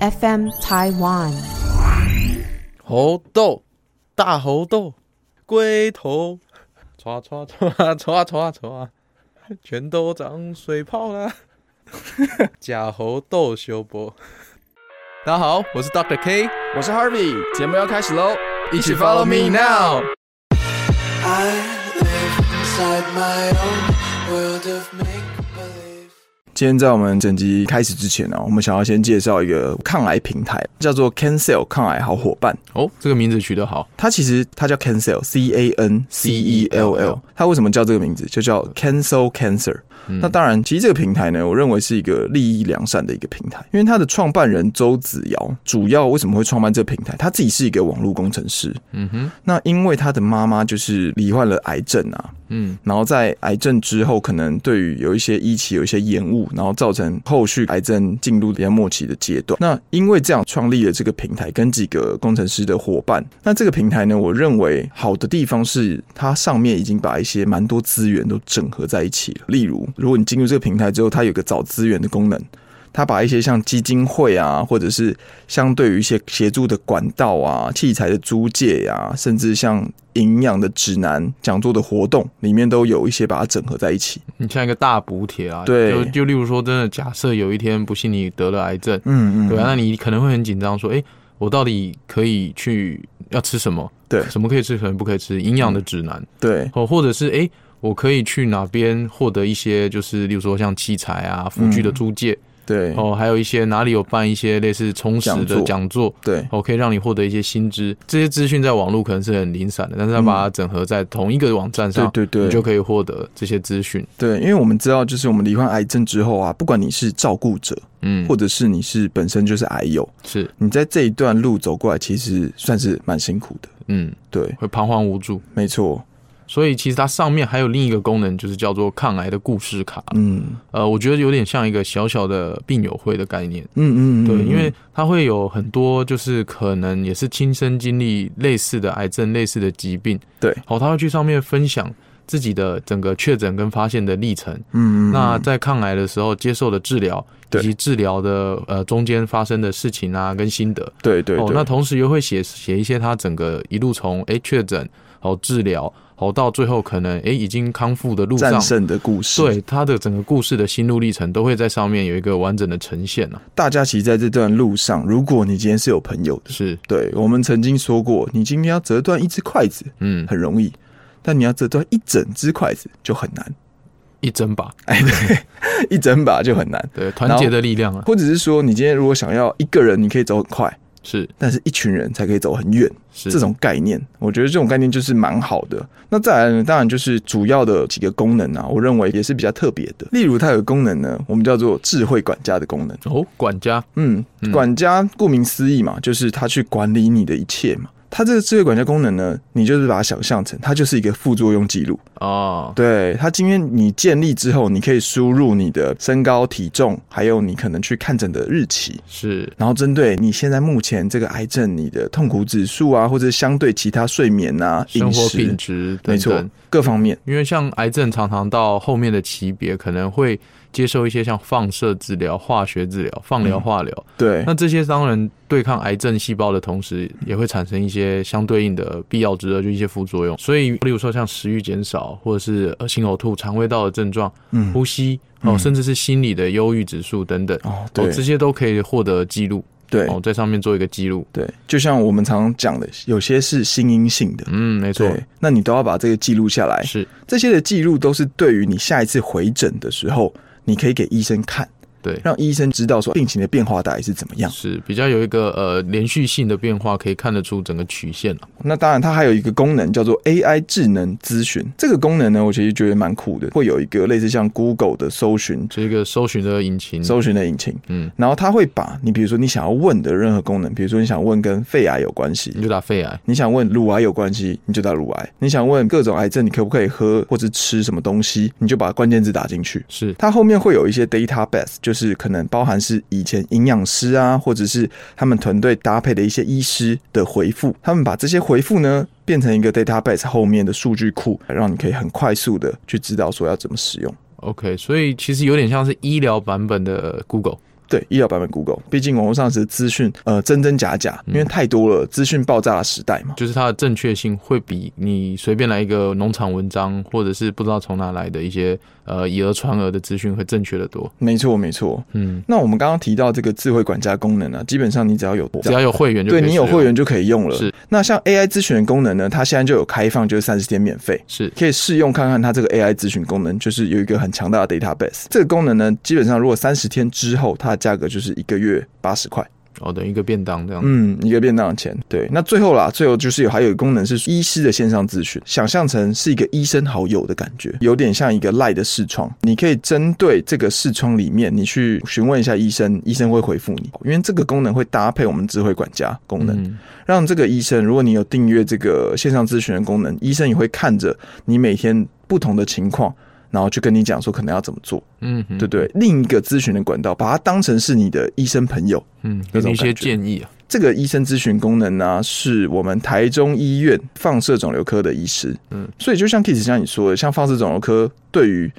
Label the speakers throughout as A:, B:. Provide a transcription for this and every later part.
A: FM Taiwan。
B: 猴豆，大猴豆，龟头，唰唰唰唰唰唰，全都长水泡 啦！假猴豆修波。大家好，我是 Doctor K，
C: 我是 Harvey，节目要开始喽，
B: 一起 follow me now。
D: I live inside my own world of make believe.
C: 今天在我们整集开始之前呢、啊我们想要先介绍一个抗癌平台，叫做 Cancel 抗癌好伙伴。
B: 哦，这个名字取得好，
C: 它其实它叫 Cancel C A N C E L L，它为什么叫这个名字？就叫 Cancel Cancer。那
B: 嗯
C: 当然，其实这个平台呢，我认为是一个利益良善的一个平台，因为它的创办人周子尧，主要为什么会创办这个平台？他自己是一个网络工程师。
B: 嗯哼，
C: 那因为他的妈妈就是罹患了癌症啊，
B: 嗯，
C: 然后在癌症之后，可能对于有一些医期有一些延误，然后造成后续癌症进入比较末期的阶段。那因为这样创立了这个平台，跟几个工程师的伙伴。那这个平台呢，我认为好的地方是它上面已经把一些蛮多资源都整合在一起了。例如，如果你进入这个平台之后，它有个找资源的功能。它把一些像基金会啊，或者是相对于一些协助的管道啊、器材的租借呀、甚至像营养的指南、讲座的活动，里面都有一些把它整合在一起。
B: 嗯你像一个大补帖啊，
C: 对
B: 就就例如说，真的，假设有一天不幸你得了癌症，
C: 嗯
B: 对啊，那你可能会很紧张，说，哎、我到底可以去要吃什么？
C: 对
B: 什么可以吃，什么不可以吃？营养的指南，
C: 对，
B: 哦，或者是诶，我可以去哪边获得一些，就是例如说像器材啊、辅具的租借，
C: 嗯对，
B: 哦，还有一些哪里有办一些类似充实
C: 讲
B: 的
C: 座
B: 讲座。
C: 对，
B: 哦，可以让你获得一些新知，这些资讯在网络可能是很零散的，但是它把它整合在同一个网站上，
C: 嗯对对对
B: 你就可以获得这些资讯。
C: 对，因为我们知道，就是我们罹患癌症之后啊，不管你是照顾者，
B: 嗯，
C: 或者是你是本身就是癌友，
B: 是，
C: 你在这一段路走过来，其实算是蛮辛苦的。
B: 嗯，
C: 对，
B: 会彷徨无助。
C: 没错，
B: 所以其实它上面还有另一个功能，就是叫做抗癌的故事卡。
C: 嗯
B: 呃，我觉得有点像一个小小的病友会的概念。
C: 嗯嗯，嗯
B: 对，
C: 嗯
B: 因为他会有很多，就是可能也是亲身经历类似的癌症、类似的疾病，
C: 嗯对，
B: 好，他会去上面分享自己的整个确诊跟发现的历程。
C: 嗯嗯，
B: 那在抗癌的时候接受的治疗，以
C: 对
B: 及治疗的呃中间发生的事情啊，跟心得。
C: 对对
B: 哦，
C: 对，
B: 那同时又会写写一些他整个一路从诶确诊，哦治疗，哦到最后可能诶已经康复的路上
C: 战。胜的故事，
B: 对他的整个故事的心路历程，都会在上面有一个完整的呈现啊。
C: 大家其实在这段路上，如果你今天是有朋友的，
B: 是，
C: 对我们曾经说过，你今天要折断一只筷子
B: 嗯，
C: 很容易，但你要折断一整只筷子就很难，
B: 一针吧，
C: 一整把就很难。
B: 对，团结的力量啊，
C: 或者是说，你今天如果想要一个人，你可以走很快，
B: 是
C: 但是一群人才可以走很远。
B: 是
C: 这种概念，我觉得这种概念就是蛮好的。那再来呢，当然就是主要的几个功能啊，我认为也是比较特别的。例如，它有个功能呢，我们叫做智慧管家的功能。
B: 哦，管家
C: 嗯
B: 嗯，
C: 管家顾名思义嘛，就是他去管理你的一切嘛。它这个智慧管家功能呢，你就是把它想象成它就是一个副作用记录。
B: 哦，
C: 对，它今天你建立之后，你可以输入你的身高、体重，还有你可能去看诊的日期。
B: 是
C: 然后针对你现在目前这个癌症，你的痛苦指数啊，或者相对其他睡眠啊、
B: 生
C: 饮
B: 活
C: 食
B: 品，质
C: 没
B: 等
C: 错
B: 等。，
C: 各方面，
B: 因为像癌症常常到后面的级别，可能会接受一些像放射治疗、化学治疗、放疗、
C: 嗯
B: 化疗。
C: 对
B: 那这些当然对抗癌症细胞的同时，也会产生一些相对应的必要之恶，就一些副作用。所以，例如说像食欲减少，或者是恶心呕吐、肠胃道的症状、
C: 嗯
B: 呼吸哦，
C: 嗯
B: 甚至是心理的忧郁指数等等，
C: 哦，
B: 哦，
C: 对
B: 这些都可以获得记录
C: 对
B: 哦，在上面做一个记录。
C: 对，就像我们常常讲的，有些是心因性的，
B: 嗯，没错，
C: 对，哎那你都要把这个记录下来。
B: 是
C: 这些的记录都是对于你下一次回诊的时候，你可以给医生看，
B: 对。
C: 让医生知道说病情的变化大概是怎么样。
B: 是比较有一个呃连续性的变化，可以看得出整个曲线啊。
C: 那当然，它还有一个功能叫做 AI 智能咨询。这个功能呢，我其实觉得蛮酷的，会有一个类似像 Google 的搜寻
B: 这个搜寻的引擎，
C: 搜寻的引擎，
B: 嗯，
C: 然后它会把你比如说你想要问的任何功能，比如说你想问跟肺癌有关系
B: 你。就打肺癌，
C: 你想问乳癌有关系，你就打乳癌；你想问各种癌症，你可不可以喝或者吃什么东西，你就把关键字打进去。
B: 是
C: 它后面会有一些 database，就是可能包含是以前营养师啊，或者是他们团队搭配的一些医师的回复，他们把这些回复呢变成一个 database 后面的数据库，让你可以很快速的去知道说要怎么使用。
B: OK。所以其实有点像是医疗版本的 Google，
C: 对，医疗版本 Google，毕竟网络上是资讯，呃，真真假假，因为太多了，资讯爆炸的时代嘛。
B: 就是它的正确性会比你随便来一个农场文章，或者是不知道从哪来的一些呃以讹传讹的资讯会正确的多。
C: 没错，没错。
B: 嗯，
C: 那我们刚刚提到这个智慧管家功能呢、啊基本上你只要有
B: 只要有会员就可
C: 对
B: 以
C: 你有
B: 使用
C: 会员就可以用了。
B: 是
C: 那像 AI 咨询的功能呢，它现在就有开放，就是三十天免费。
B: 是
C: 可以试用看看它这个 AI 咨询功能，就是有一个很强大的 database。这个功能呢，基本上如果三十天之后，它的价格就是一个月八十块，
B: 哦，等于一个便当这样。
C: 嗯，一个便当的钱。对，那最后啦，最后就是有还有一个功能是医师的线上咨询，想象成是一个医生好友的感觉，有点像一个赖的视窗，你可以针对这个视窗里面，你去询问一下医生，医生会回复你，因为这个功能会搭配我们智慧管家功能，
B: 嗯，
C: 让这个医生，如果你有订阅这个线上咨询的功能，医生也会看着你每天不同的情况，然后去跟你讲说可能要怎么做，
B: 嗯哼，
C: 对不对？另一个咨询的管道，把它当成是你的医生朋友。
B: 嗯，给
C: 那种
B: 你一些
C: 感觉
B: 建议啊。
C: 这个医生咨询功能呢、是我们台中医院放射肿瘤科的医师。
B: 嗯
C: 嗯，所以就像 Kiss 像你说的，像放射肿瘤科对于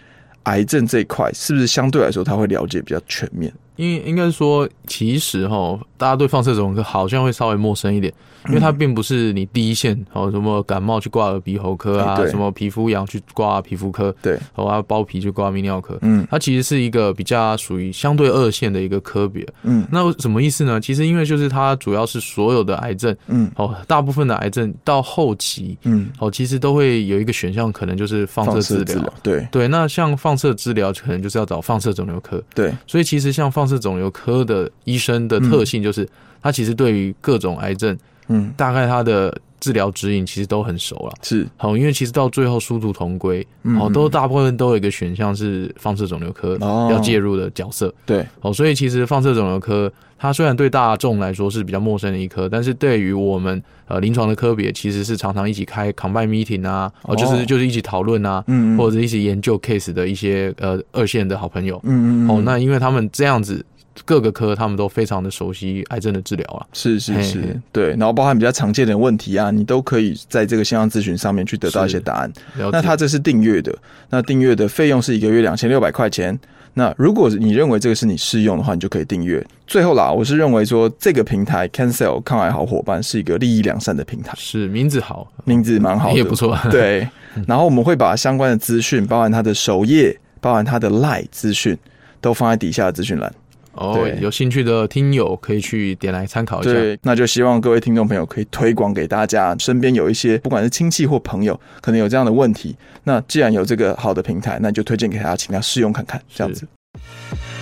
C: 癌症这一块，是不是相对来说他会了解比较全面？
B: 因为应该说，其实哈，大家对放射肿瘤科好像会稍微陌生一点，因为它并不是你第一线哦，什么感冒去挂耳鼻喉科啊
C: 哎，对
B: 什么皮肤痒去挂皮肤科，
C: 对，
B: 哦啊包皮去挂泌尿科，
C: 嗯
B: 它其实是一个比较属于相对二线的一个科别。
C: 嗯
B: 那什么意思呢？其实因为就是它主要是所有的癌症
C: 嗯
B: 哦，大部分的癌症到后期
C: 嗯，
B: 哦，其实都会有一个选项，可能就是放射治疗。
C: 对
B: 对，那像放射治疗可能就是要找放射肿瘤科，
C: 对，
B: 所以其实像放射肿瘤科的医生的特性就是，他其实对于各种癌症，
C: 嗯
B: 大概他的治疗指引其实都很熟了。
C: 是，
B: 好，因为其实到最后殊途同归，
C: 嗯
B: 好，都大部分都有一个选项是放射肿瘤科
C: 哦
B: 要介入的角色。
C: 对，
B: 哦，所以其实放射肿瘤科，它虽然对大众来说是比较陌生的一科，但是对于我们呃临床的科别，其实是常常一起开 combine meeting 啊，哦，就是
C: 哦
B: 就是一起讨论啊，
C: 嗯嗯
B: 或者一起研究 case 的一些呃二线的好朋友。
C: 嗯嗯
B: 哦，那因为他们这样子，各个科他们都非常的熟悉癌症的治疗啊。
C: 是是
B: 嘿
C: 是
B: 嘿，
C: 对，然后包含比较常见的问题啊，你都可以在这个线上咨询上面去得到一些答案。
B: 了解
C: 那它这是订阅的，那订阅的费用是一个月两千六百块钱。那如果你认为这个是你适用的话，你就可以订阅。最后啦，我是认为说这个平台 Cancel 抗癌好伙伴是一个利益良善的平台，
B: 是名字好，
C: 名字蛮好的，
B: 也不错。 嗯
C: 对， 然后我们会把相关的资讯，包含它的首页，包含它的 Line 资讯，都放在底下的资讯栏。
B: 哦
C: 对，
B: 有兴趣的听友可以去点来参考一下。
C: 对，那就希望各位听众朋友可以推广给大家，身边有一些不管是亲戚或朋友，可能有这样的问题。那既然有这个好的平台，那你就推荐给他，请他试用看看，这样子。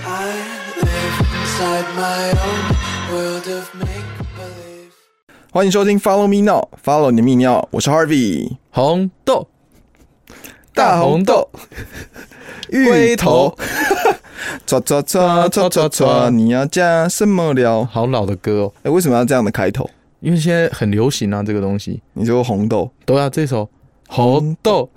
D: I live inside my own world of make believe.
C: 欢迎收听 Follow Me Now，Follow 你的泌尿，我是 Harvey，
A: 红豆，
C: 大红豆，芋
A: 龟
C: 头
A: 头，
C: 抓抓抓抓抓抓，你要加什么料？
B: 好老的歌哦，
C: 哎，为什么要这样的开头？
B: 因为现在很流行啊，这个东西。
C: 你说红豆、
A: 对啊，这首红豆，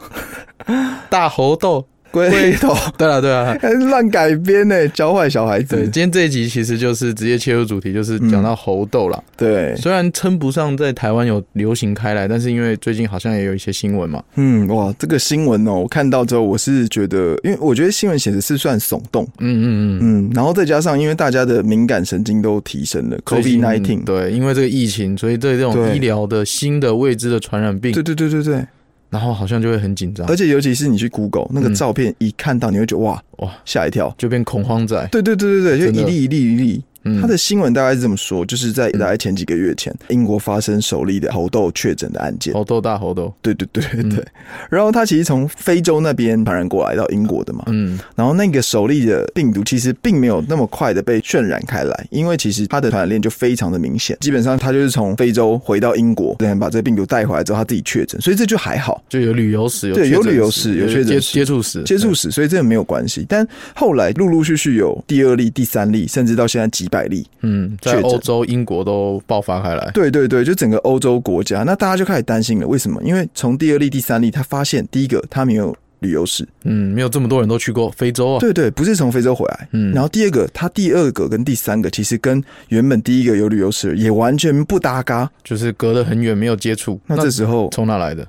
A: 大猴豆。
C: 龟头，
A: 对
B: 啊
A: 了对 了，
C: 还是乱改编呢，教坏小孩
A: 对，
C: 子
A: 今。天这一集其实就是直接切入主题，就是讲到猴豆啦。
C: 嗯对，
A: 虽然称不上在台湾有流行开来，但是因为最近好像也有一些新闻嘛，
C: 嗯，哇，这个新闻哦，我看到之后，我是觉得，因为我觉得新闻写的是算耸动，
A: 嗯嗯嗯，
C: 嗯，然后再加上因为大家的敏感神经都提升了
A: 最
C: ，COVID
A: 近
C: nineteen，
A: 对，因为这个疫情，所以对这种
C: 对
A: 医疗的新的未知的传染病
C: 对，对对对对，
A: 啊然后好像就会很紧张
C: 而，且尤其是你去 Google 那个照片，一看到你会觉得哇
A: 嗯哇
C: 吓一跳，
A: 就变恐慌仔。
C: 对对对对对，
A: 真
C: 就
A: 的
C: 一粒一粒一粒。
A: 嗯
C: 他的新闻大概是这么说，就是在大概前几个月前，英国发生首例的猴痘确诊的案件。
A: 猴豆大猴豆，
C: 对对对对
A: 嗯
C: 对，然后他其实从非洲那边传染过来到英国的嘛，
A: 嗯，
C: 然后那个首例的病毒其实并没有那么快的被渲染开来，因为其实它的传染链就非常的明显，基本上它就是从非洲回到英国，等把这个病毒带回来之后，他自己确诊，所以这就还好。
A: 就有旅游史，
C: 对
A: 确诊
C: 有旅游史有确诊
A: 接
C: 史
A: 接触史，
C: 接触史，所以这个没有关系。但后来陆陆续续有第二例、第三例，甚至到现在几百例。
A: 嗯，在
C: 确诊
A: 欧洲、英国都爆发开来，
C: 对对对，就整个欧洲国家，那大家就开始担心了。为什么？因为从第二例、第三例，他发现第一个他没有旅游史，
A: 嗯，没有这么多人都去过非洲
B: 哦
A: 啊，
C: 对对，不是从非洲回来。
A: 嗯
C: 然后第二个，他第二个跟第三个其实跟原本第一个有旅游史也完全不搭嘎。
A: 就是隔得很远，没有接触，
C: 那这时候
A: 从哪来的？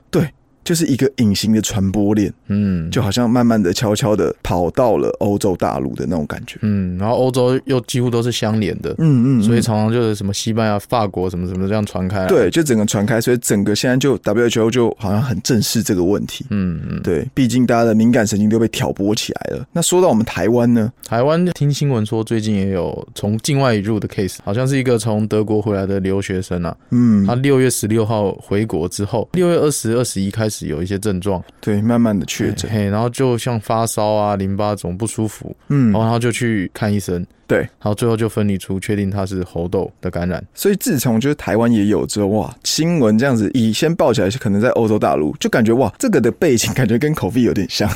C: 就是一个隐形的传播链，
B: 嗯，
C: 就好像慢慢的、悄悄的跑到了欧洲大陆的那种感觉。
B: 嗯，然后欧洲又几乎都是相连的，
C: 嗯嗯，嗯
B: 所以常常就是什么西班牙、法国什么什么这样传开来。，
C: 对，就整个传开，所以整个现在就 WHO 就好像很正视这个问题。
B: 嗯嗯。
C: 对，毕竟大家的敏感神经都被挑拨起来了。那说到我们台湾呢，
B: 台湾听新闻说，最近也有从境外引入的 case，好像是一个从德国回来的留学生啊，
C: 嗯
B: 他，六月十六号回国之后，六月二十、二十一开始有一些症状，
C: 对，慢慢的确诊，
B: 嘿，然后就像发烧啊、淋巴总不舒服，
C: 嗯
B: 然，后他就去看医生，
C: 对
B: 然后最后就分离出，确定他是猴痘的感染。
C: 所以自从就是台湾也有之后，哇，新闻这样子以先爆起来，可能在欧洲大陆就感觉哇，这个的背景感觉跟 COVID 有点 像。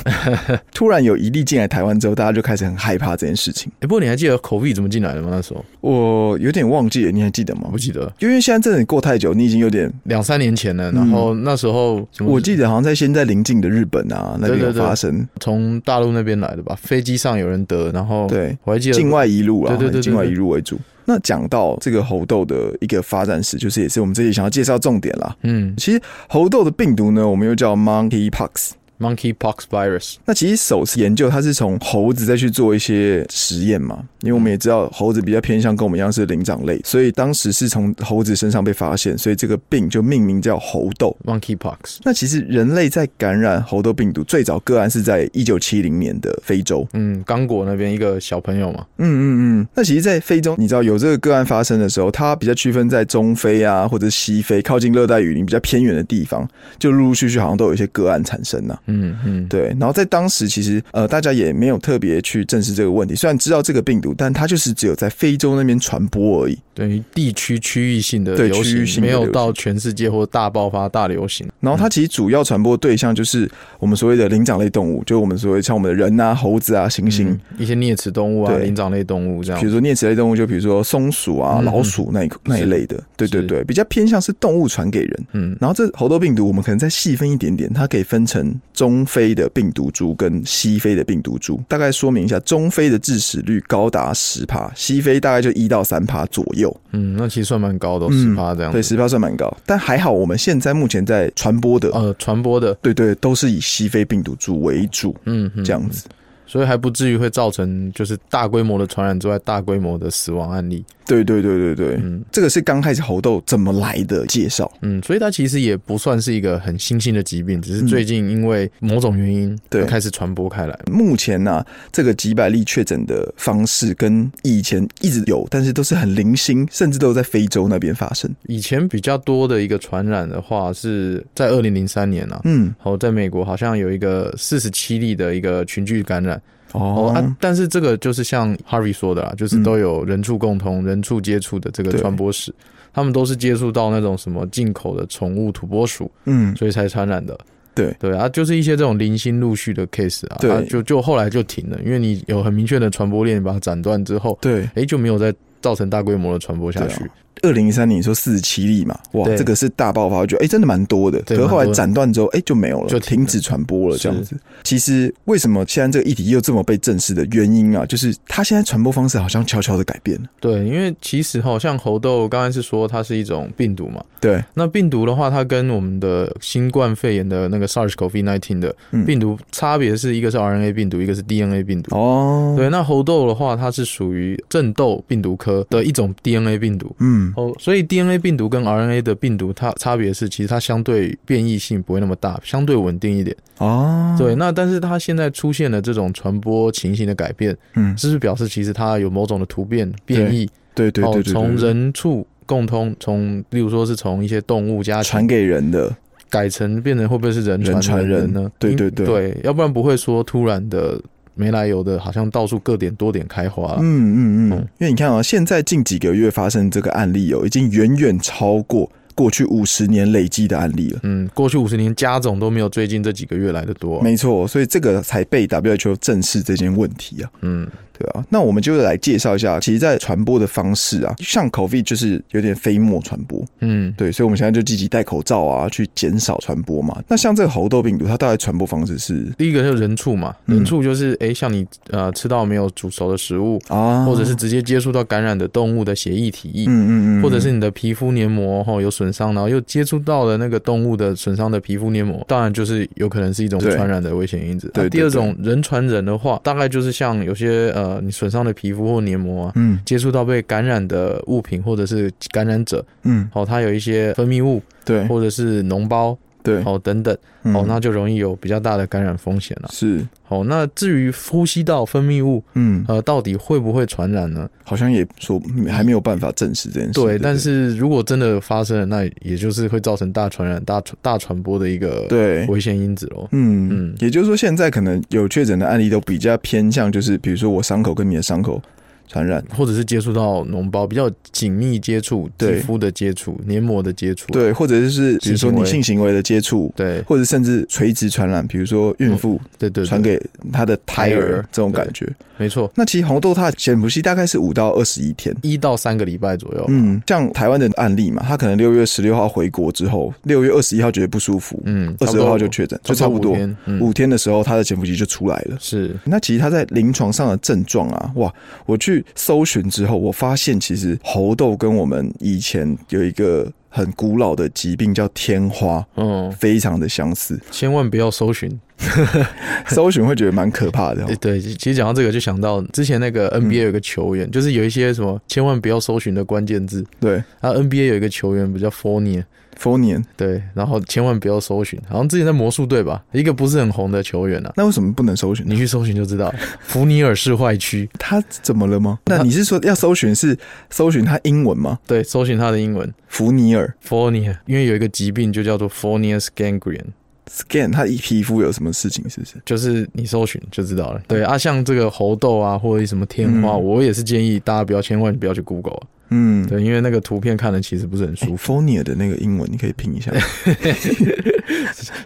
C: 突然有一例进来台湾之后，大家就开始很害怕这件事情。
B: 哎、不过你还记得口 o 怎么进来的吗？那时候
C: 我有点忘记了，你还记得吗
B: 我不？记得，
C: 因为现在真的过太久，你已经有点，
B: 两三年前了。然后那时候什么
C: 嗯我记得好像在先在邻近的日本啊那边
B: 对
C: 有
B: 对对
C: 发生，
B: 从大陆那边来的吧，飞机上有人得，然后
C: 对
B: 我还记得
C: 境外一路啊，
B: 对对对对对
C: 境外一路为主。那讲到这个猴痘的一个发展史，就是也是我们这里想要介绍重点啦。
B: 嗯
C: 其实猴痘的病毒呢，我们又叫 monkeypox。
B: ，monkeypox virus，
C: 那其实首次研究它是从猴子再去做一些实验嘛，因为我们也知道猴子比较偏向跟我们一样是灵长类，所以当时是从猴子身上被发现，所以这个病就命名叫猴痘。
B: monkeypox，
C: 那其实人类在感染猴痘病毒最早个案是在一九七零年的非洲，
B: 嗯，刚果那边一个小朋友嘛，
C: 嗯嗯嗯。那其实，在非洲，你知道有这个个案发生的时候，它比较区分在中非啊，或者西非靠近热带雨林比较偏远的地方，就陆陆续续好像都有一些个案产生呐、啊
B: 嗯嗯，
C: 对，然后在当时其实呃，大家也没有特别去正视这个问题。虽然知道这个病毒，但它就是只有在非洲那边传播而已。
B: 等于地区区域性的
C: 对
B: 流
C: 区域
B: 行，
C: 性
B: 没
C: 的流
B: 有
C: 行
B: 到全世界或大爆发、大流行。
C: 然后它其实主要传播对象就是我们所谓的灵长类动物，就是我们所谓像我们的人啊、猴子啊、猩猩。
B: 嗯一些啮齿动物啊、
C: 对
B: 灵长类动物这样
C: 比如。说啮齿类动物，就比如说松鼠啊、
B: 嗯
C: 老鼠那一那一
B: 是
C: 类的，对对
B: 是
C: 对，比较偏向是动物传给人。
B: 嗯
C: 然后这猴痘病毒，我们可能再细分一点点，它可以分成中非的病毒株跟西非的病毒株。大概说明一下，中非的致死率高达十帕，西非大概就一到三帕左右，
B: 嗯，那其实算蛮高的、哦，十
C: 嗯
B: 趴这样子。
C: 对，十帕算蛮高。但还好，我们现在目前在传播的，
B: 呃，传播的，
C: 对对，都是以西非病毒株为主，
B: 嗯，嗯
C: 这样子。
B: 所以还不至于会造成就是大规模的传染之外，大规模的死亡案例。
C: 对对对对对，
B: 嗯
C: 这个是刚开始猴痘怎么来的介绍。
B: 嗯，所以它其实也不算是一个很新兴的疾病，只是
C: 嗯
B: 最近因为某种原因，
C: 对
B: 开始传播开来。
C: 目前呢、这个几百例确诊的方式跟以前一直有，但是都是很零星，甚至都在非洲那边发生。
B: 以前比较多的一个传染的话，是在二零零三年啊。
C: 嗯，
B: 然后在美国好像有一个四十七例的一个群聚感染，哦
C: 哦嗯
B: 啊，但是这个就是像 Harvey 说的啦，就是都有人畜共通、人畜接触的这个
C: 对
B: 传播史，他们都是接触到那种什么进口的宠物土拨鼠，
C: 嗯，
B: 所以才传染的。
C: 对
B: 对啊，就是一些这种零星陆续的 case 啊，
C: 对
B: 啊就就后来就停了，因为你有很明确的传播链把它斩断之后，
C: 对，
B: 哎，就没有再造成大规模的传播下去。
C: 对啊二零一三年你说四十七例嘛，哇，
B: 对
C: 这个是大爆发，我觉得哎、真的蛮多的。可
B: 对
C: 是后
B: 蛮
C: 来
B: 多的
C: 斩断之后，哎、就没有了，
B: 就停了
C: 停止传播了这样子。其实为什么现在这个议题又这么被正视的原因啊，就是它现在传播方式好像悄悄的改变了。
B: 对，因为其实哈，像猴痘，刚才是说它是一种病毒嘛，
C: 对，
B: 那病毒的话，它跟我们的新冠肺炎的那个 SARS-CoV-19 的
C: 嗯
B: 病毒差别是一个是 RNA 病毒，一个是 DNA 病毒。
C: 哦，
B: 对，那猴痘的话，它是属于正痘病毒科的一种 DNA 病毒。
C: 嗯，
B: 哦，所以 DNA 病毒跟 RNA 的病毒，它差别是其实它相对变异性不会那么大，相对稳定一点。
C: 哦，
B: 对，，那但是它现在出现了这种传播情形的改变，
C: 嗯，
B: 是不是表示其实它有某种的突变变异？哦
C: 对对对对对，
B: 从
C: 对
B: 人畜共通，从例如说是从一些动物家禽
C: 传给人的，
B: 改成变成会不会是人
C: 人传
B: 传
C: 人
B: 呢？
C: 对
B: 因
C: 对对
B: 对，要不然不会说突然的没来由的，好像到处各点多点开花。
C: 嗯嗯嗯
B: 嗯，
C: 因为你看啊，现在近几个月发生这个案例哦，已经远远超过过去五十年累积的案例了。
B: 嗯，过去五十年加总都没有最近这几个月来的多啊、
C: 没错，所以这个才被 WHO 正视这件问题啊。
B: 嗯，
C: 对啊，那我们就来介绍一下，其实，在传播的方式啊，像 COVID 就是有点飞沫传播，
B: 嗯，
C: 对，所以我们现在就积极戴口罩啊，去减少传播嘛。那像这个猴痘病毒，它大概传播方式是
B: 第一个就是人畜嘛，
C: 嗯
B: 人畜就是诶，像你呃吃到没有煮熟的食物，
C: 啊，
B: 或者是直接接触到感染的动物的血液体液，
C: 嗯嗯嗯，
B: 或者是你的皮肤黏膜吼有损伤，然后又接触到了那个动物的损伤的皮肤黏膜，当然就是有可能是一种
C: 对
B: 传染的危险因子。
C: 对
B: 那
C: 对
B: 第二种人传人的话，大概就是像有些呃你损伤的皮肤或黏膜啊。
C: 嗯
B: 接触到被感染的物品或者是感染者，
C: 嗯
B: 哦，它有一些分泌物
C: 对
B: 或者是脓包，
C: 对
B: 哦等等，
C: 嗯
B: 哦，那就容易有比较大的感染风险了。
C: 是
B: 好，那至于呼吸道分泌物，
C: 嗯，
B: 呃，到底会不会传染呢？
C: 好像也说还没有办法证实这件事，
B: 对，但是如果真的发生了，那也就是会造成大传染、大传大传播的一个
C: 对。
B: 危险因子喽。
C: 嗯
B: 嗯
C: 也就是说，现在可能有确诊的案例都比较偏向，就是比如说我伤口跟你的伤口传染，
B: 或者是接触到脓包比较紧密接触、
C: 对
B: 肌肤的接触、黏膜的接触，
C: 对，或者就是比如说你
B: 性行为
C: 性行为的接触，
B: 对
C: 或者甚至垂直传染，比如说孕妇
B: 对对哦对，
C: 传给她的胎
B: 胎
C: 儿
B: 儿
C: 这种
B: 对
C: 感觉。
B: 没错，
C: 那其实红豆它的潜伏期大概是五到二十一天。
B: 一到三个礼拜左右。
C: 嗯，像台湾的案例嘛，他可能六月十六号回国之后，六月二十一号觉得不舒服，
B: 嗯，
C: 二
B: 差
C: 十
B: 不
C: 二
B: 多
C: 号就确诊，就差不多
B: 五天嗯，
C: 五天的时候，他的潜伏期就出来了。
B: 是
C: 那其实他在临床上的症状啊，哇！我去搜寻之后，我发现其实猴痘跟我们以前有一个很古老的疾病叫天花，
B: 嗯，
C: 非常的 相似。
B: 千万不要搜寻。
C: 搜寻会觉得蛮可怕的哦、
B: 诶对，其实讲到这个，就想到之前那个
C: 嗯
B: NBA 有个球员，就是有一些什么千万不要搜寻的关键字，
C: 对
B: 啊，NBA 有一个球员不叫 f o r n i e
C: 佛年，
B: 对，然后千万不要搜寻，好像之前在魔术队吧，一个不是很红的球员啊，
C: 那为什么不能搜寻？
B: 你去搜寻就知道 了，福尼尔市坏区，
C: 他怎么了吗？那
B: 他
C: 你是说要搜寻是搜寻他英文吗？
B: 对，搜寻他的英文
C: 福尼尔
B: f o r n i e 因为有一个疾病就叫做 f o r n i e s gangrene，
C: scan 他皮肤有什么事情？是不是？
B: 就是你搜寻就知道了。对啊，像这个猴痘啊，或者什么天花，
C: 嗯
B: 我也是建议大家不要千万不要去 Google，、啊、
C: 嗯，
B: 对，因为那个图片看的其实不是很 舒服，
C: f o r n i e 的那个英文你可以拼 一下，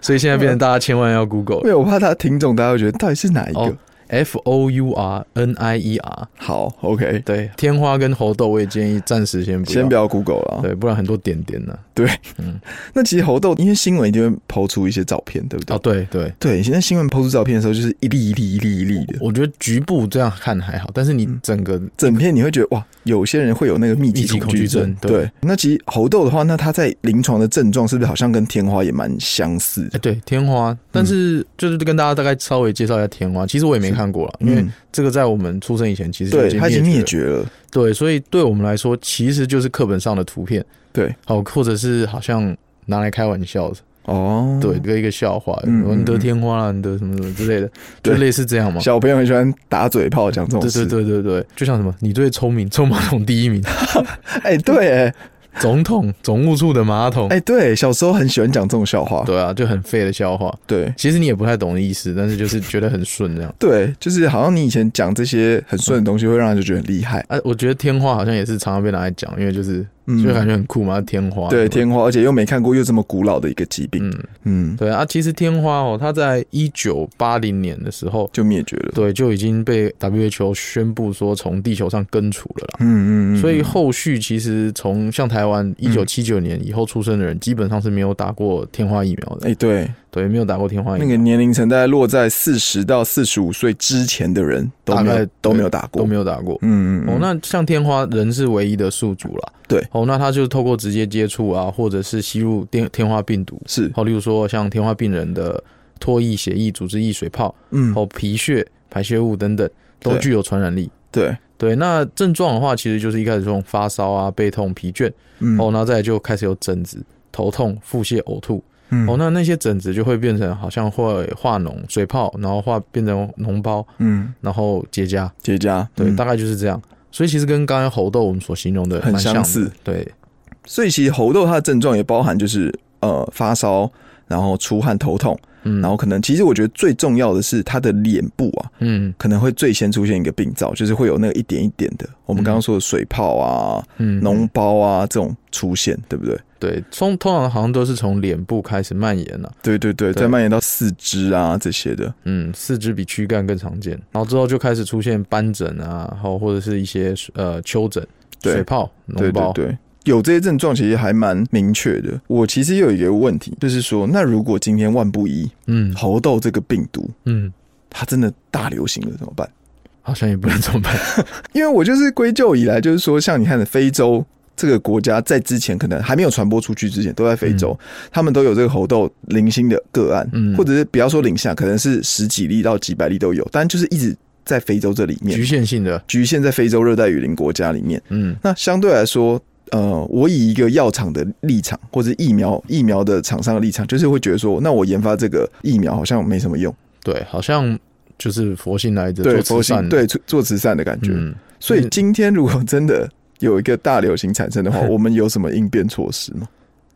B: 所以现在变成大家千万要 Google
C: 因为我怕他听众大家会觉得到底是哪一个。
B: 哦 F O U R N I E R，
C: 好，OK，
B: 对，天花跟猴痘我也建议暂时先不要，
C: 先不要 Google 了啊。
B: 对，不然很多点点呢、 嗯
C: 那其实猴痘，因为新闻一定会抛出一些照片，对不对？
B: 哦，对对，
C: 对，现在新闻抛出照片的时候，就是一粒一粒一粒一粒的，
B: 我觉得局部这样看还好，但是你
C: 嗯
B: 整个
C: 整片你会觉得哇，有些人会有那个密集
B: 密集
C: 恐
B: 恐
C: 惧
B: 惧
C: 症
B: 症。对
C: 对，那其实猴痘的话，那它在临床的症状是不是好像跟天花也蛮相似
B: 哎，
C: 的？
B: 对天花，
C: 嗯
B: 但是就是跟大家大概稍微介绍一下天花，其实我也没
C: 是
B: 看过了， 因为
C: 嗯
B: 这个在我们出生以前其实就
C: 对，它已经灭
B: 灭，
C: 绝了。
B: 对，所以对我们来说其实就是课本上的图片，
C: 对，
B: 好，或者是好像拿来开玩笑的，
C: 哦，
B: 对，，跟一个笑话，
C: 嗯
B: 我
C: 嗯
B: 们得
C: 嗯
B: 天花了，你得什么什么之类的，就
C: 对
B: 类似这样 嘛。
C: 小朋友很喜欢打嘴炮讲这种
B: 对
C: 事。
B: 对对对对，就像什么，你最聪明，臭马桶第一名，
C: 哎、对、哎
B: 总统总务处的马桶
C: 哎、，对，小时候很喜欢讲这种笑话。
B: 对啊，就很废的笑话。
C: 对
B: 其实你也不太懂意思，但是就是觉得很顺这样。
C: 对，就是好像你以前讲这些很顺的东西，会让人就觉得很厉害，
B: 啊，我觉得天花好像也是常常被拿来讲，因为就是
C: 嗯
B: 就感觉很酷嘛，天花。
C: 对天花，而且又没看过又这么古老的一个疾病，
B: 哦嗯，
C: 嗯，
B: 对啊，其实天花哦，它在一九八零年的时候，
C: 就灭绝了。
B: 对就已经被 WHO 宣布说从地球上根除了啦。
C: 嗯嗯嗯，
B: 所以后续其实从像台湾一九七九年以后出生的人，基本上是没有打过天花疫苗
C: 哎、
B: 的，
C: 对，
B: 对，没有打过天花疫
C: 那
B: 苗
C: 个年龄层大概落在四十到四十五岁之前的人都没
B: 大
C: 有
B: 概
C: 都没有打过，
B: 都没有打过。
C: 嗯嗯嗯，
B: 哦，那像天花人是唯一的宿主啦。
C: 对
B: 哦，那他就是透过直接接触啊，或者是吸入天天花病毒，哦
C: 是
B: 好、例如说像天花病人的唾液、血液、组织液、水泡、
C: 嗯
B: 哦皮屑、排泄物等等，都
C: 对
B: 具有传染力。
C: 对，
B: 对，那症状的话，其实就是一开始这种发烧啊、背痛、疲倦，
C: 嗯
B: 哦，那再来就开始有疹子、头痛、腹泻、呕吐，
C: 嗯
B: 哦，那那些疹子就会变成好像会化脓、水泡，然后化变成脓包，
C: 嗯
B: 然后结痂，
C: 结痂
B: 对，
C: 嗯
B: 大概就是这样。所以其实跟刚才猴痘我们所形容的
C: 很
B: 蛮像
C: 相
B: 的，
C: 似，
B: 对
C: 所以其实猴痘它的症状也包含就是呃发烧，然后出汗、头痛，
B: 嗯
C: 然后可能其实我觉得最重要的是他的脸部啊，
B: 嗯
C: 可能会最先出现一个病灶，就是会有那个一点一点的，我们刚刚说的水泡啊、
B: 嗯，
C: 脓、包啊这种出现，对不对？
B: 对，通通常好像都是从脸部开始蔓延了、
C: 对对对，
B: 对
C: 再蔓延到四肢啊这些的，
B: 嗯，四肢比躯干更常见，然后之后就开始出现斑疹啊，然后或者是一些呃丘疹、
C: 对
B: 水泡、
C: 对
B: 脓
C: 对
B: 包，
C: 对，有这些症状其实还蛮明确的。我其实有一个问题，就是说，那如果今天万不一
B: 嗯
C: 猴痘这个病毒
B: 嗯，
C: 它真的大流行了怎么办？
B: 好像也不能怎 么办，
C: 因为我就是归咎以来，就是说，像你看的非洲这个国家，在之前可能还没有传播出去之前，都在非洲，他们都有这个猴痘零星的个案，
B: 嗯
C: 或者是不要说零下，可能是十几例到几百例都有，但就是一直在非洲这里面
B: 局限性的，
C: 局限在非洲热带雨林国家里面。
B: 嗯
C: 那相对来说，呃，我以一个药厂的立场，或者疫苗疫苗的厂商的立场，就是会觉得说，那我研发这个疫苗好像没什么用，
B: 对，好像就是佛性来着，
C: 对，
B: 做
C: 佛
B: 慈善
C: 性
B: 的，
C: 对做做慈善的感觉。
B: 嗯，
C: 所以今天如果真的有一个大流行产 生的话，我们有什么应变措施吗？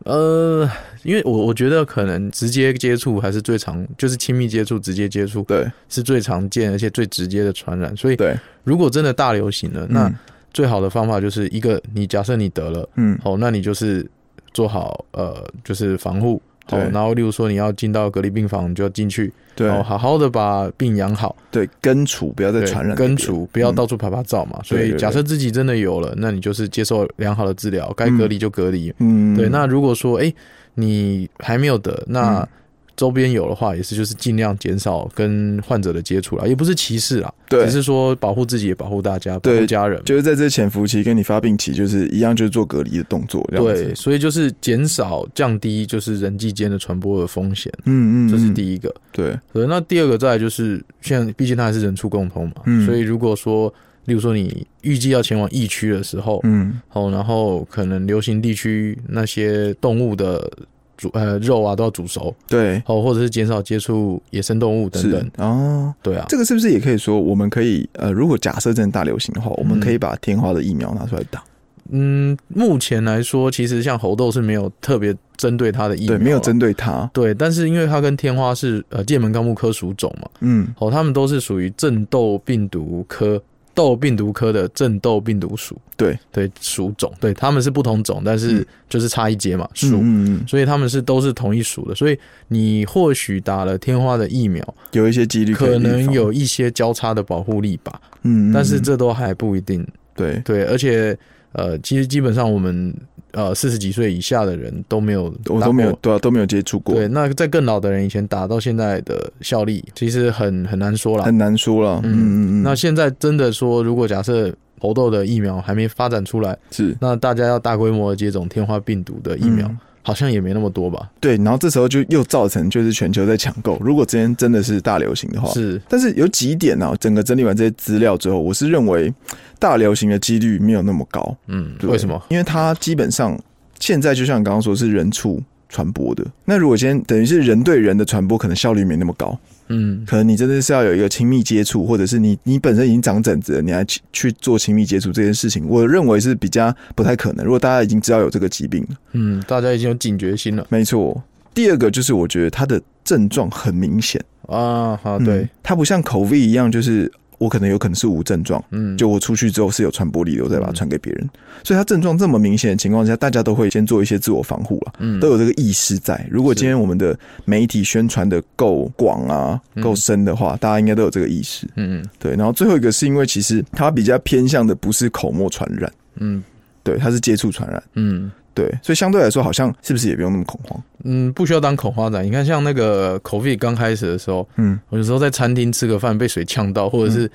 B: 呃，因为我我觉得可能直接接触还是最常，就是亲密接触、直接接触
C: 对
B: 是最常见而且最直接的传染。所以
C: 对，
B: 如果真的大流行了，那
C: 嗯
B: 最好的方法就是一个，你假设你得了，
C: 嗯
B: 好，那你就是做好呃，就是防护。好，
C: 对
B: 然后例如说你要进到隔离病房，你就要进去，然后
C: 对
B: 好好的把病养好，
C: 对，根除不要再
B: 对
C: 传染给别
B: 根
C: 人
B: 除，不要
C: 嗯
B: 到处拍拍照嘛。所
C: 对
B: 以
C: 对
B: 假
C: 对
B: 设自己真的有了，那你就是接受良好的治疗，该
C: 嗯
B: 隔离就隔离，
C: 嗯
B: 对，那如果说哎、诶你还没有得，那
C: 嗯
B: 周边有的话，也是就是尽量减少跟患者的接触啦，也不是歧视啦，
C: 对
B: 只是说保护自己也保护大家，保
C: 对
B: 护家人。
C: 就是在这潜伏期跟你发病期，就是一样，就是做隔离的动作，这样子
B: 对，，所以就是减少降低就是人际间的传播的风险，
C: 嗯嗯，
B: 这是
C: 一，
B: 第一个。
C: 对
B: 对，那第二个再来就是现在毕竟它还是人畜共通嘛，
C: 嗯
B: 所以如果说例如说你预计要前往疫区的时候，
C: 嗯
B: 哦，然后可能流行地区那些动物的煮呃肉啊都要煮熟，
C: 对
B: 哦，或者是减少接触野生动物等等
C: 是，哦。
B: 对啊，
C: 这个是不是也可以说，我们可以呃，如果假设真的大流行的话，我们可以把天花的疫苗拿出来打，
B: 嗯，目前来说，其实像猴痘是没有特别针对它的疫苗
C: 对，
B: 啊，
C: 没有针对它，
B: 对，但是因为它跟天花是呃界门纲目科属种嘛，
C: 嗯，
B: 哦，它们都是属于正痘病毒科痘病毒科的正痘病毒属，
C: 对
B: 对属种，对，它们是不同种，但是
C: 嗯
B: 就是差一阶嘛，
C: 嗯
B: 属。
C: 嗯嗯，
B: 所以它们是都是同一属的，所以你或许打了天花的疫苗，
C: 有一些几率以
B: 可
C: 预
B: 能
C: 防，
B: 有一些交叉的保护力吧，
C: 嗯，嗯
B: 但是
C: 嗯
B: 这都还不一定。
C: 对
B: 对，而且呃，其实基本上我们呃四十几岁以下的人都没有，
C: 我都没有。对啊，都没有接触过，
B: 对，那在更老的人以前打到现在的效力，其实很很难说啦。
C: 很难说了。嗯嗯嗯，
B: 那现在真的说，如果假设猴痘的疫苗还没发展出来，
C: 是
B: 那大家要大规模地接种天花病毒的疫苗，
C: 嗯
B: 好像也没那么多吧？
C: 对，然后这时候就又造成就是全球在抢购。如果今天真的是大流行的话，
B: 是，
C: 但是有几点呢、整个整理完这些资料之后，我是认为大流行的几率没有那么高。
B: 嗯，
C: 对
B: 为什么？？
C: 因为它基本上现在就像你刚刚说是人畜传播的，那如果今天等于是人对人的传播，可能效率没那么高。
B: 嗯，
C: 可能你真的是要有一个亲密接触，或者是你你本身已经长疹子了，你还去去做亲密接触这件事情，我认为是比较不太可能。如果大家已经知道有这个疾病了，
B: 嗯，大家已经有警觉心了
C: 没错。第二个就是我觉得它的症状很明显
B: 啊，好，对
C: 嗯，它不像口 V 一样，就是我可能有可能是无症状，
B: 嗯，
C: 就我出去之后是有传播力的，我再把它传给别人。所以它症状这么明显的情况下，大家都会先做一些自我防护了。
B: 嗯
C: 都有这个意识在。如果今天我们的媒体宣传的够广啊、
B: 嗯
C: 够深的话，大家应该都有这个意识。
B: 嗯嗯
C: 对，然后最后一个是因为其实它比较偏向的不是口沫传染，
B: 嗯
C: 对，它是接触传染，
B: 嗯，
C: 对，所以相对来说好像是不是也不用那么恐慌？
B: 嗯，不需要当恐慌仔。你看，像那个 COVID 刚开始的时候，
C: 嗯，
B: 我有时候在餐厅吃个饭被水呛到，或者是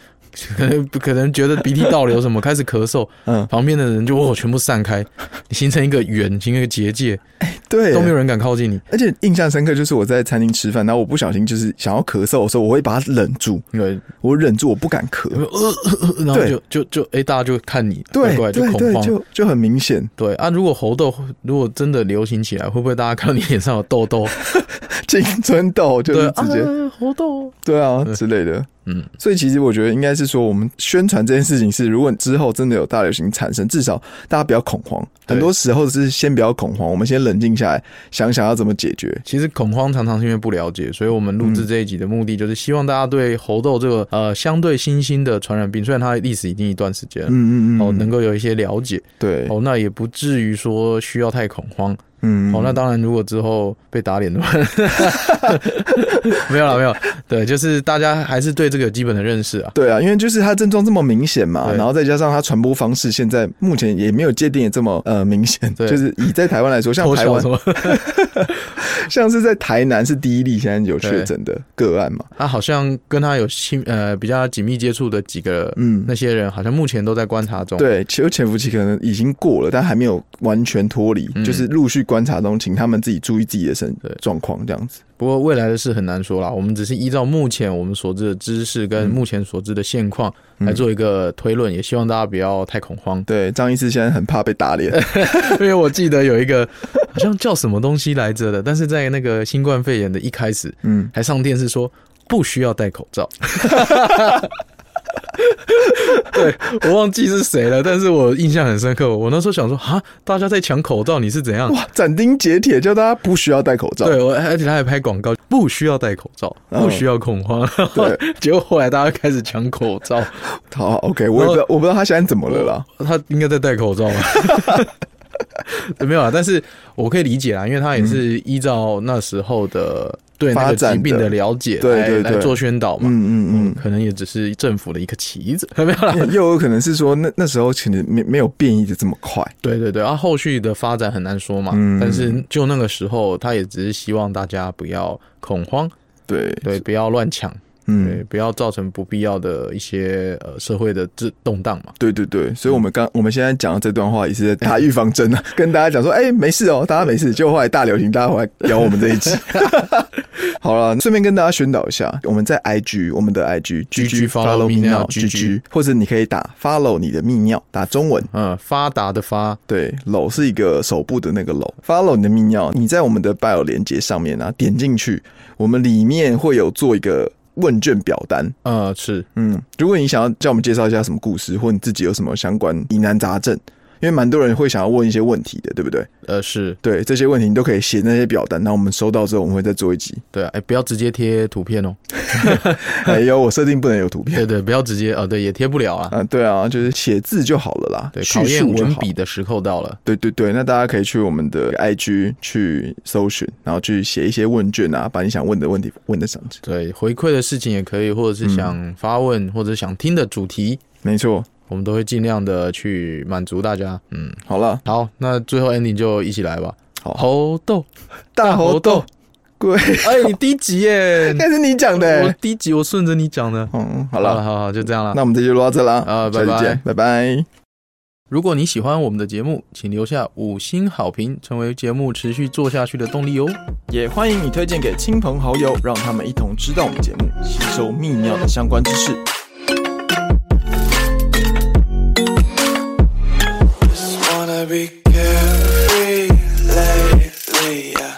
B: 可能可能觉得鼻涕倒流什么，开始咳嗽，
C: 嗯
B: 旁边的人就哦全部散 开，形成一个圆，形成一个结界，
C: 对，
B: 都没有人敢靠近你。
C: 而且印象深刻就是我在餐厅吃饭，然后我不小心就是想要咳嗽的时候，我会把它忍住，
B: 对，
C: 我忍住，我不敢咳。
B: 呃呃呃然后
C: 对
B: 就就就哎，大家就看你，
C: 对
B: 怪怪就
C: 对
B: 恐
C: 对，
B: 慌。
C: 就就很明显，
B: 对啊，如果猴痘如果真的流行起来，会不会大家看到你脸上 有痘痘？
C: 青春痘就
B: 对
C: 是直接
B: 啊，猴痘，
C: 对啊
B: 嗯
C: 之类的。
B: 嗯，
C: 所以其实我觉得应该是说，我们宣传这件事情是，如果之后真的有大流行产生，至少大家不要恐慌。
B: 对
C: 很多时候是先不要恐慌，我们先冷静下来，想想要怎么解决。
B: 其实恐慌常常是因为不了解，所以我们录制这一集的目的就是希望大家对猴痘这个呃相对新兴的传染病，虽然它历史已经一段时间了，
C: 嗯嗯嗯，
B: 哦，能够有一些了解，
C: 对，
B: 哦，那也不至于说需要太恐慌。
C: 嗯，
B: 哦，那当然，如果之后被打脸的话， 没有了，没有。对，就是大家还是对这个有基本的认识啊。
C: 对啊，因为就是它症状这么明显嘛，
B: 对
C: 然后再加上它传播方式现在目前也没有界定的这么呃明显，
B: 对
C: 就是以在台湾来说，像
B: 偷
C: 台
B: 笑
C: 湾
B: 什么？
C: 像是在台南是第一例现在有确诊的个案嘛，
B: 他好像跟他有亲呃比较紧密接触的几个
C: 嗯
B: 那，些人，好像目前都在观察中。
C: 对，其实潜伏期可能已经过了，但还没有完全脱离，
B: 嗯
C: 就是陆续观察中，请他们自己注意自己的身
B: 对
C: 状况这样子。
B: 不过未来的事很难说啦，我们只是依照目前我们所知的知识跟
C: 嗯
B: 目前所知的现况来
C: 嗯。
B: 做一个推论，也希望大家不要太恐慌
C: 对，张医师现在很怕被打脸，
B: 哎 因为我记得有一个好像叫什么东西来着的，但是在那个新冠肺炎的一开始，
C: 嗯，
B: 还上电视说不需要戴口罩。 对我忘记是谁了，但是我印象很深刻。我那时候想说，啊，大家在抢口罩，你是怎样？
C: 哇，斩钉截铁叫大家不需要戴口罩，
B: 对我，而且他还拍广告，不需要戴口罩，
C: 嗯
B: 不需要恐慌。
C: 对
B: 结果后来大家开始抢口罩，
C: 好，OK，我也不知道，我不知道他现在怎么了啦，
B: 他应该在戴口罩 吧？没有啊，但是我可以理解啊啦，因为他也是依照那时候的对那
C: 嗯发
B: 个
C: 展
B: 疾病
C: 的
B: 的了解
C: 对对
B: 来来
C: 对
B: 做宣导嘛。
C: 嗯嗯
B: 可能也只是政府的一个旗子， 没有 啦。
C: 嗯，又有可能是说那那时候其实没没有变异的这么快，
B: 对对对，啊，后续的发展很难说嘛。
C: 嗯
B: 但是就那个时候，他也只是希望大家不要恐慌，
C: 对，
B: 对，不要乱抢，对，
C: 嗯。
B: 不要造成不必要的一些呃社会的这动荡嘛。
C: 对对对，所以我们
B: 嗯
C: 刚我们现在讲的这段话也是在打预防针啊， 跟大家讲说，哎、没事哦，大家没事。结果后来大流行，大家回来聊我们这一 集。好了，顺便跟大家宣导一下，我们在 IG，我们的 IG
B: GG follow me now
C: GG，或者你可以打 follow 你的泌尿，打中文。
B: 嗯，发达的发，
C: 对，篓是一个手部的那个篓。Follow 你的泌尿，你在我们的 bio 连接上面啊，点进去，我们里面会有做一个问卷表单，
B: 呃，是
C: 嗯，如果你想要叫我们介绍一下什么故事，或你自己有什么相关疑难杂症，因为蛮多人会想要问一些问题的，对不对？
B: 呃是，
C: 对，这些问题你都可以写那些表单，那我们收到之后，我们会再做 一集。
B: 对啊，哎，不要直接贴图片哦。
C: 哎呦，我设定不能有图片
B: 对对，不要直接，呃，对，也贴不了啊。
C: 啊，对啊，就是写字就好了啦，
B: 对，考
C: 叙
B: 验
C: 述就
B: 文
C: 好。
B: 笔的时候到了。
C: 对对对，那大家可以去我们的 IG 去搜寻，然后去写一些问卷啊，把你想问的问题问得上去。
B: 对，回馈的事情也可以，或者是想发问，或者想听的主题，
C: 没错，
B: 我们都会尽量的去满足大家。嗯，
C: 好了，
B: 好，那最后 ending 就一起来吧。
C: 好
B: 猴 豆，
C: 大猴
B: 猴
C: 豆，，贵，，
B: 哎，你第一集耶
C: 那是你讲的、
B: 我
C: 欸。
B: 第一集我顺着你讲的。
C: 嗯，好
B: 好
C: 了，
B: 了，好好，就这样了。
C: 那我们这就录到这啦，
B: 啊拜
C: 下
B: 拜
C: 次见，拜拜。
B: 如果你喜欢我们的节目，请留下五星好评，成为节目持续做下去的动力哦。
C: 也欢迎你推荐给亲朋好友，让他们一同知道我们节目，吸收泌尿的相关知识。